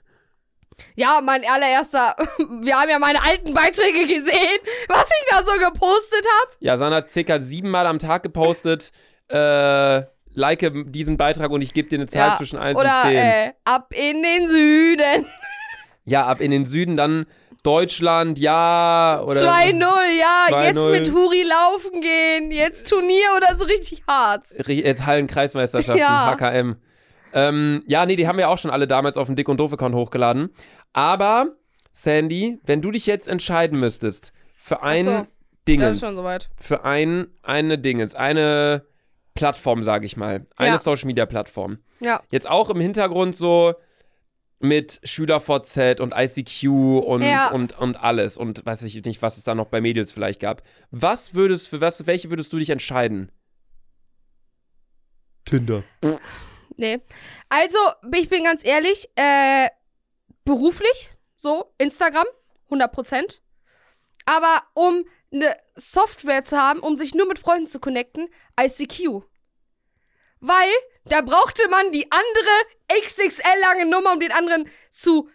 Ja, mein allererster. Wir haben ja meine alten Beiträge gesehen, was ich da so gepostet habe. Ja, Sana hat circa siebenmal am Tag gepostet, äh, like diesen Beitrag und ich gebe dir eine Zahl Ja, zwischen 1 Oder und 10. äh, ab in den Süden. Ja, ab in den Süden, dann Deutschland, ja. Oder 2-0, ja, 2-0. jetzt mit Huri laufen gehen, jetzt Turnier oder so richtig hart. Ri- Jetzt Hallenkreismeisterschaften, Ja. HKM. Ähm, ja, nee, die haben wir auch schon alle damals auf den Dick- und Doof-Account hochgeladen. Aber, Sandy, wenn du dich jetzt entscheiden müsstest für ein so, Das Dingens, ist schon soweit. für ein, eine Dingens, eine Plattform, sage ich mal, eine Ja. Social-Media-Plattform. Ja. Jetzt auch im Hintergrund so mit SchülerVZ und ICQ und, Ja. und, und alles und weiß ich nicht, was es da noch bei Mädels vielleicht gab. Was würdest, für was, welche würdest du dich entscheiden? Tinder. Nee. Also, ich bin ganz ehrlich, äh, beruflich, so, Instagram, 100%. Aber um eine Software zu haben, um sich nur mit Freunden zu connecten, ICQ. weil da brauchte man die andere XXL-lange Nummer, um den anderen zu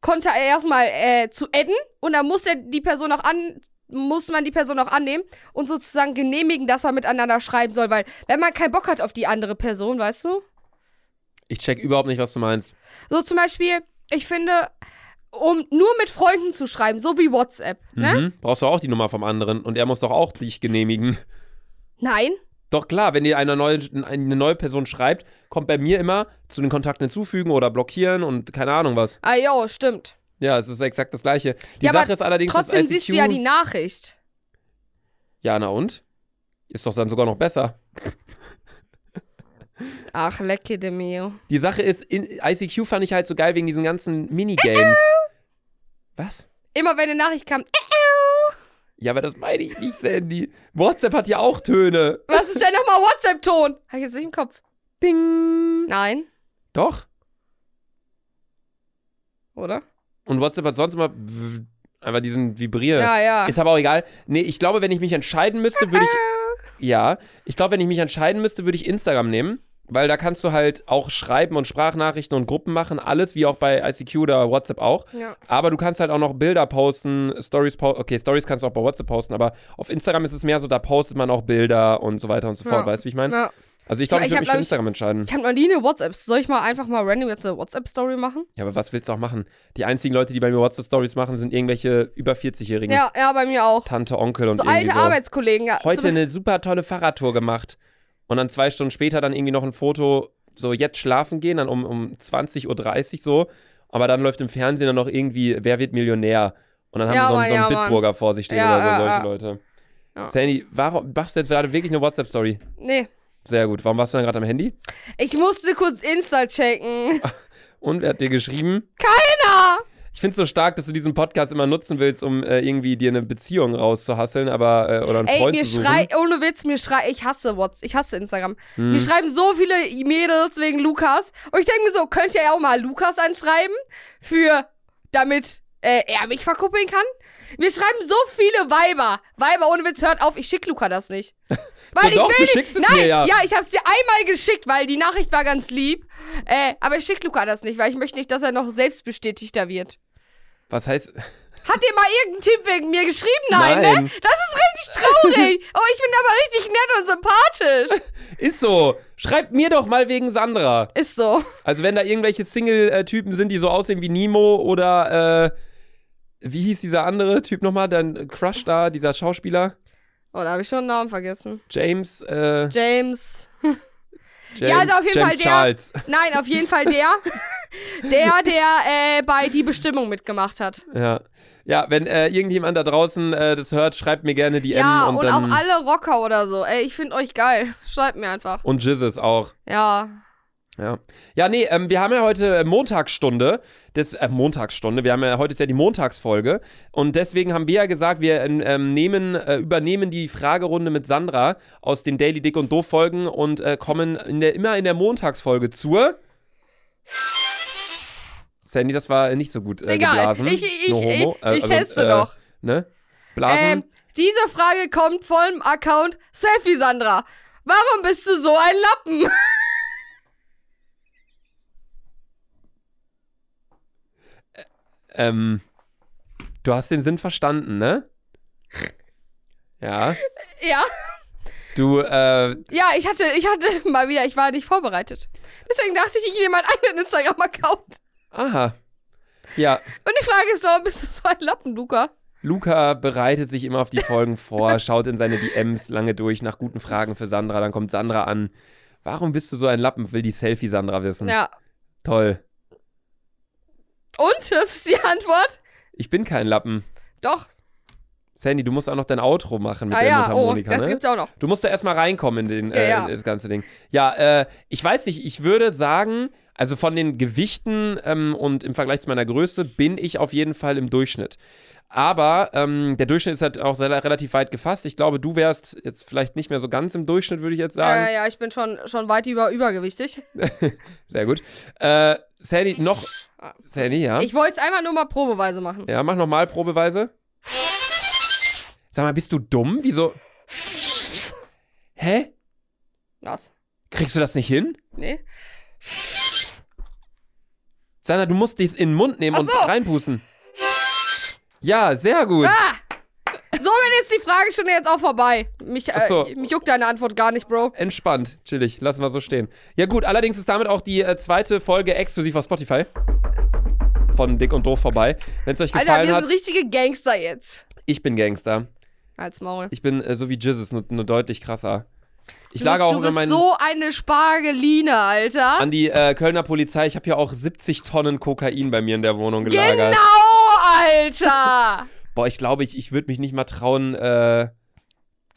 konter erstmal äh, zu adden und dann musste die Person auch an muss man die Person auch annehmen und sozusagen genehmigen, dass man miteinander schreiben soll, weil wenn man keinen Bock hat auf die andere Person, weißt du? Ich check überhaupt nicht, was du meinst. So zum Beispiel, ich finde, um nur mit Freunden zu schreiben, so wie WhatsApp, ne? Mhm. Brauchst du auch die Nummer vom anderen und er muss doch auch dich genehmigen. Nein. Doch klar, wenn dir eine neue, eine neue Person schreibt, kommt bei mir immer zu den Kontakten hinzufügen oder blockieren und keine Ahnung was. Ah jo, stimmt. Ja, es ist exakt das Gleiche. Die Ja, Sache aber ist allerdings, dass Trotzdem ICQ siehst du ja die Nachricht. Ja, na und? Ist doch dann sogar noch besser. Ach, lecke de mio. Die Sache ist, in ICQ fand ich halt so geil wegen diesen ganzen Minigames. Was? Immer wenn eine Nachricht kam, "Äh, Ja, aber das meine ich nicht, Sandy. WhatsApp hat ja auch Töne. was ist denn nochmal WhatsApp-Ton? Hab ich jetzt nicht im Kopf. Ding. Nein, Doch. oder? Und WhatsApp hat sonst immer w- einfach diesen Vibrieren. Ja, ja. Ist aber auch egal. Nee, ich glaube, wenn ich mich entscheiden müsste, würde ich. Ja, ich glaube, wenn ich mich entscheiden müsste, würde ich Instagram nehmen. Weil da kannst du halt auch schreiben und Sprachnachrichten und Gruppen machen, alles wie auch bei ICQ oder WhatsApp auch. ja. Aber du kannst halt auch noch Bilder posten, Stories posten. Okay, Stories kannst du auch bei WhatsApp posten, aber auf Instagram ist es mehr so, da postet man auch Bilder und so weiter und so fort. Ja. Weißt du, wie ich meine? ja. Also ich glaube, Ich ich, würde hab, mich glaub für ich- Instagram entscheiden. Ich habe noch nie eine WhatsApp. Soll ich mal einfach mal random jetzt eine WhatsApp-Story machen? Ja, aber was willst du auch machen? Die einzigen Leute, die bei mir WhatsApp-Stories machen, sind irgendwelche über 40-Jährigen. Ja, ja, bei mir auch. Tante, Onkel und So irgendwie alte so. Arbeitskollegen. Ja. Heute so, eine super tolle Fahrradtour gemacht. Und dann zwei Stunden später dann irgendwie noch ein Foto, so jetzt schlafen gehen, dann um, um 20.30 Uhr so. Aber dann läuft im Fernsehen dann noch irgendwie, wer wird Millionär? Und dann haben Ja, sie so, einen- Mann, so einen ja, Mann. Bitburger vor sich stehen Ja, oder so, ja, solche ja. Leute. Ja. Sandy, warum machst du jetzt gerade wirklich eine WhatsApp-Story? Nee. Sehr gut. Warum warst du dann gerade am Handy? Ich musste kurz Insta checken. Und wer hat dir geschrieben? Na, Ich finde es so stark, dass du diesen Podcast immer nutzen willst, um äh, irgendwie dir eine Beziehung rauszuhasseln, aber äh, oder einen ey, Freund mir zu suchen. schrei, ohne Witz, mir schrei, ich hasse WhatsApp, ich hasse Instagram. Hm. Mir schreiben so viele Mädels wegen Lukas. Und ich denke mir so, könnt ihr ja auch mal Lukas anschreiben, für, damit äh, er mich verkuppeln kann? Mir schreiben so viele Weiber. Weiber, ohne Witz, hört auf, ich schick Luca das nicht. Weil ich doch, will du nicht. schickst es Nein, mir ja. ja, ich hab's dir einmal geschickt, weil die Nachricht war ganz lieb. Äh, aber ich schick Luca das nicht, weil ich möchte nicht, dass er noch selbstbestätigter wird. Was heißt? Hat dir mal irgendein Typ wegen mir geschrieben? Nein, ne? Nein. Das ist richtig traurig. Oh, ich bin aber richtig nett und sympathisch. Ist so. Schreibt mir doch mal wegen Sandra. Ist so. Also wenn da irgendwelche Single-Typen sind, die so aussehen wie Nemo oder äh, wie hieß dieser andere Typ nochmal, dein Crush da, dieser Schauspieler? Oh, da habe ich schon einen Namen vergessen. James, äh, James, James. Ja, also auf jeden James Fall der- Charles. Nein, auf jeden Fall der. der, der äh, bei Die Bestimmung mitgemacht hat. Ja. ja, wenn äh, irgendjemand da draußen äh, das hört, schreibt mir gerne die ja, M und, und dann... auch alle Rocker oder so. Ey, ich finde euch geil. Schreibt mir einfach. und Jizzes auch. Ja. Ja. ja, nee, ähm, wir haben ja heute äh, Montagsstunde. Des, äh, Montagsstunde, wir haben ja heute ist ja die Montagsfolge. Und deswegen haben wir ja gesagt, wir ähm, ähm, nehmen, äh, übernehmen die Fragerunde mit Sandra aus den Daily Dick und Doof Folgen und äh, kommen in der, immer in der Montagsfolge zur. Sandy, das war äh, nicht so gut. Äh, Egal. geblasen. Ich- ich- No ich- homo. Äh, ich- ich teste noch. Ne? Blasen? Ähm, diese Frage kommt vom Account Selfie Sandra. Warum bist du so ein Lappen? Ähm, du hast den Sinn verstanden, ne? Ja. ja. Du, äh, Ja, ich hatte, ich hatte mal wieder, ich war nicht vorbereitet. Deswegen dachte ich, ich gehe meinen eigenen Instagram-Account. aha. Ja, Und die Frage ist, warum bist du so ein Lappen, Luca? Luca bereitet sich immer auf die Folgen vor, schaut in seine DMs lange durch nach guten Fragen für Sandra. Dann kommt Sandra an. Warum bist du so ein Lappen? Will die Selfie-Sandra wissen. Ja. Toll. Und? Das ist die Antwort? Ich bin kein Lappen. Doch. Sandy, du musst auch noch dein Outro machen mit ah der ja, oh, Mundharmonika, das ne? gibt's auch noch. Du musst da erstmal reinkommen in, den, Ja, äh, ja. in das ganze Ding. Ja, äh, ich weiß nicht, ich würde sagen, also von den Gewichten ähm, und im Vergleich zu meiner Größe bin ich auf jeden Fall im Durchschnitt. Aber ähm, der Durchschnitt ist halt auch sehr, relativ weit gefasst. Ich glaube, du wärst jetzt vielleicht nicht mehr so ganz im Durchschnitt, würde ich jetzt Ja, ja, sagen. ja, ich bin schon, schon weit über übergewichtig. Sehr gut. Äh, Sandy, noch. Ah. Sandy, ja. Ich wollte es einmal nur mal probeweise machen. ja, mach nochmal probeweise. Sag mal, bist du dumm? Wieso? Hä? Was? Kriegst du das nicht hin? Nee. Sandra, du musst dies in den Mund nehmen Ach und so. reinpusten. Ja, sehr gut. Ah! Somit ist die Fragestunde jetzt auch vorbei. Mich, Ach äh, so. mich juckt deine Antwort gar nicht, Bro. Entspannt, chillig, lassen wir so stehen. Ja gut, allerdings ist damit auch die äh, zweite Folge exklusiv auf Spotify von Dick und Doof vorbei. Wenn es euch gefallen Alter, wir sind hat, richtige Gangster jetzt. ich bin Gangster. Als Maul. Ich bin äh, so wie Jesus, nur, nur deutlich krasser. Ich Du lage bist- auch du unter bist meinen... so eine Spargeline, Alter. An die äh, Kölner Polizei, ich habe hier auch 70 Tonnen Kokain bei mir in der Wohnung gelagert. Genau, Alter. Boah, ich glaube, ich, ich würde mich nicht mal trauen, äh,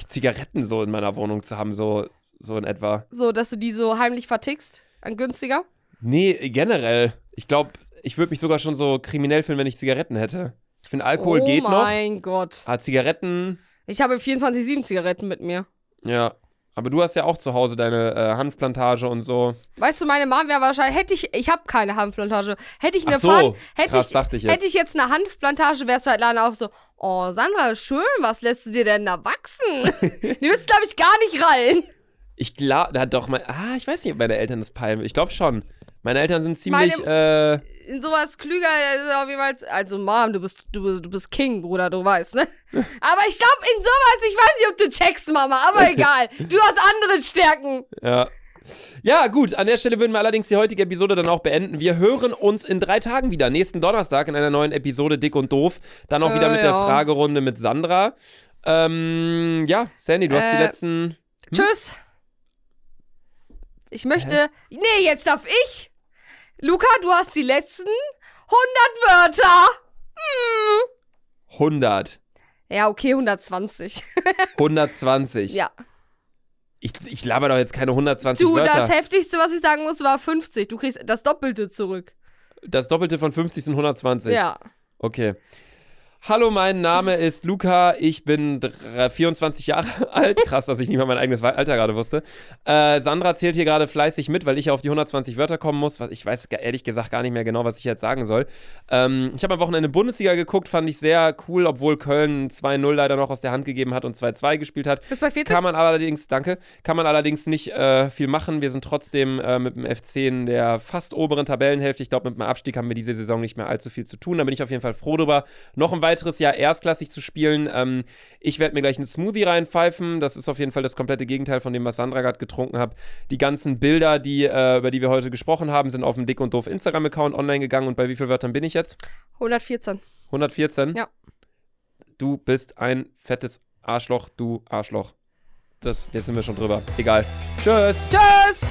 Zigaretten so in meiner Wohnung zu haben, so, so in etwa. so, dass du die so heimlich vertickst. An günstiger. Nee, generell. Ich glaube, ich würde mich sogar schon so kriminell fühlen, wenn ich Zigaretten hätte. Ich finde, Alkohol oh geht noch. mein Gott. Ah, Zigaretten, Ich habe 24-7 Zigaretten mit mir. ja. Aber du hast ja auch zu Hause deine äh, Hanfplantage und so. Weißt du, meine Mom wäre wahrscheinlich, hätte ich, ich habe keine Hanfplantage. Hätte ich Ach eine so, Pflan- hätte krass, ich, dachte ich jetzt. hätte ich jetzt eine Hanfplantage, wäre es halt leider auch so, oh Sandra, schön, was lässt du dir denn da wachsen? die würdest glaube ich gar nicht rallen. Ich glaube, da hat doch mein. Ah, ich weiß nicht, ob meine Eltern das peilen. Ich glaube schon. Meine Eltern sind ziemlich. äh, In sowas klüger ist auf jeden Fall, also Mom, du bist, du bist, du bist King, Bruder, du weißt, ne? Aber ich glaube in sowas, ich weiß nicht, ob du checkst, Mama, aber egal. Du hast andere Stärken. Ja. Ja, gut, an der Stelle würden wir allerdings die heutige Episode dann auch beenden. Wir hören uns in drei Tagen wieder, nächsten Donnerstag in einer neuen Episode Dick und Doof. Dann auch wieder Äh, mit der ja. Fragerunde mit Sandra. Ähm, ja, Sandy, du hast die Äh, letzten. Tschüss. Ich möchte. Nee, jetzt darf ich. Luca, du hast die letzten 100 Wörter. 100, Ja, okay, 120. 120. ja. Ich, ich laber doch jetzt keine 120 Du, Wörter. das Heftigste, was ich sagen muss, war 50. Du kriegst das Doppelte zurück. das Doppelte von 50 sind 120. Ja. Okay. Hallo, mein Name ist Luca. Ich bin dr- 24 Jahre alt. Krass, dass ich nicht mal mein eigenes Alter gerade wusste. Äh, Sandra zählt hier gerade fleißig mit, weil ich ja auf die 120 Wörter kommen muss. Was, ich weiß ge- ehrlich gesagt gar nicht mehr genau, was ich jetzt sagen soll. Ähm, ich habe am Wochenende Bundesliga geguckt, fand ich sehr cool, obwohl Köln 2-0 leider noch aus der Hand gegeben hat und 2-2 gespielt hat. Bis bei 40? Kann man allerdings, danke, kann man allerdings nicht äh, viel machen. Wir sind trotzdem äh, mit dem FC in der fast oberen Tabellenhälfte. Ich glaube, mit dem Abstieg haben wir diese Saison nicht mehr allzu viel zu tun. Da bin ich auf jeden Fall froh drüber, noch ein weiteres Jahr erstklassig zu spielen. Ähm, ich werde mir gleich einen Smoothie reinpfeifen. Das ist auf jeden Fall das komplette Gegenteil von dem, was Sandra gerade getrunken hat. Die ganzen Bilder, die, äh, über die wir heute gesprochen haben, sind auf dem Dick und Doof Instagram-Account online gegangen. Und bei wie vielen Wörtern bin ich jetzt? 114. 114? Ja. Du bist ein fettes Arschloch, du Arschloch. Das, jetzt sind wir schon drüber. Egal. Tschüss. Tschüss!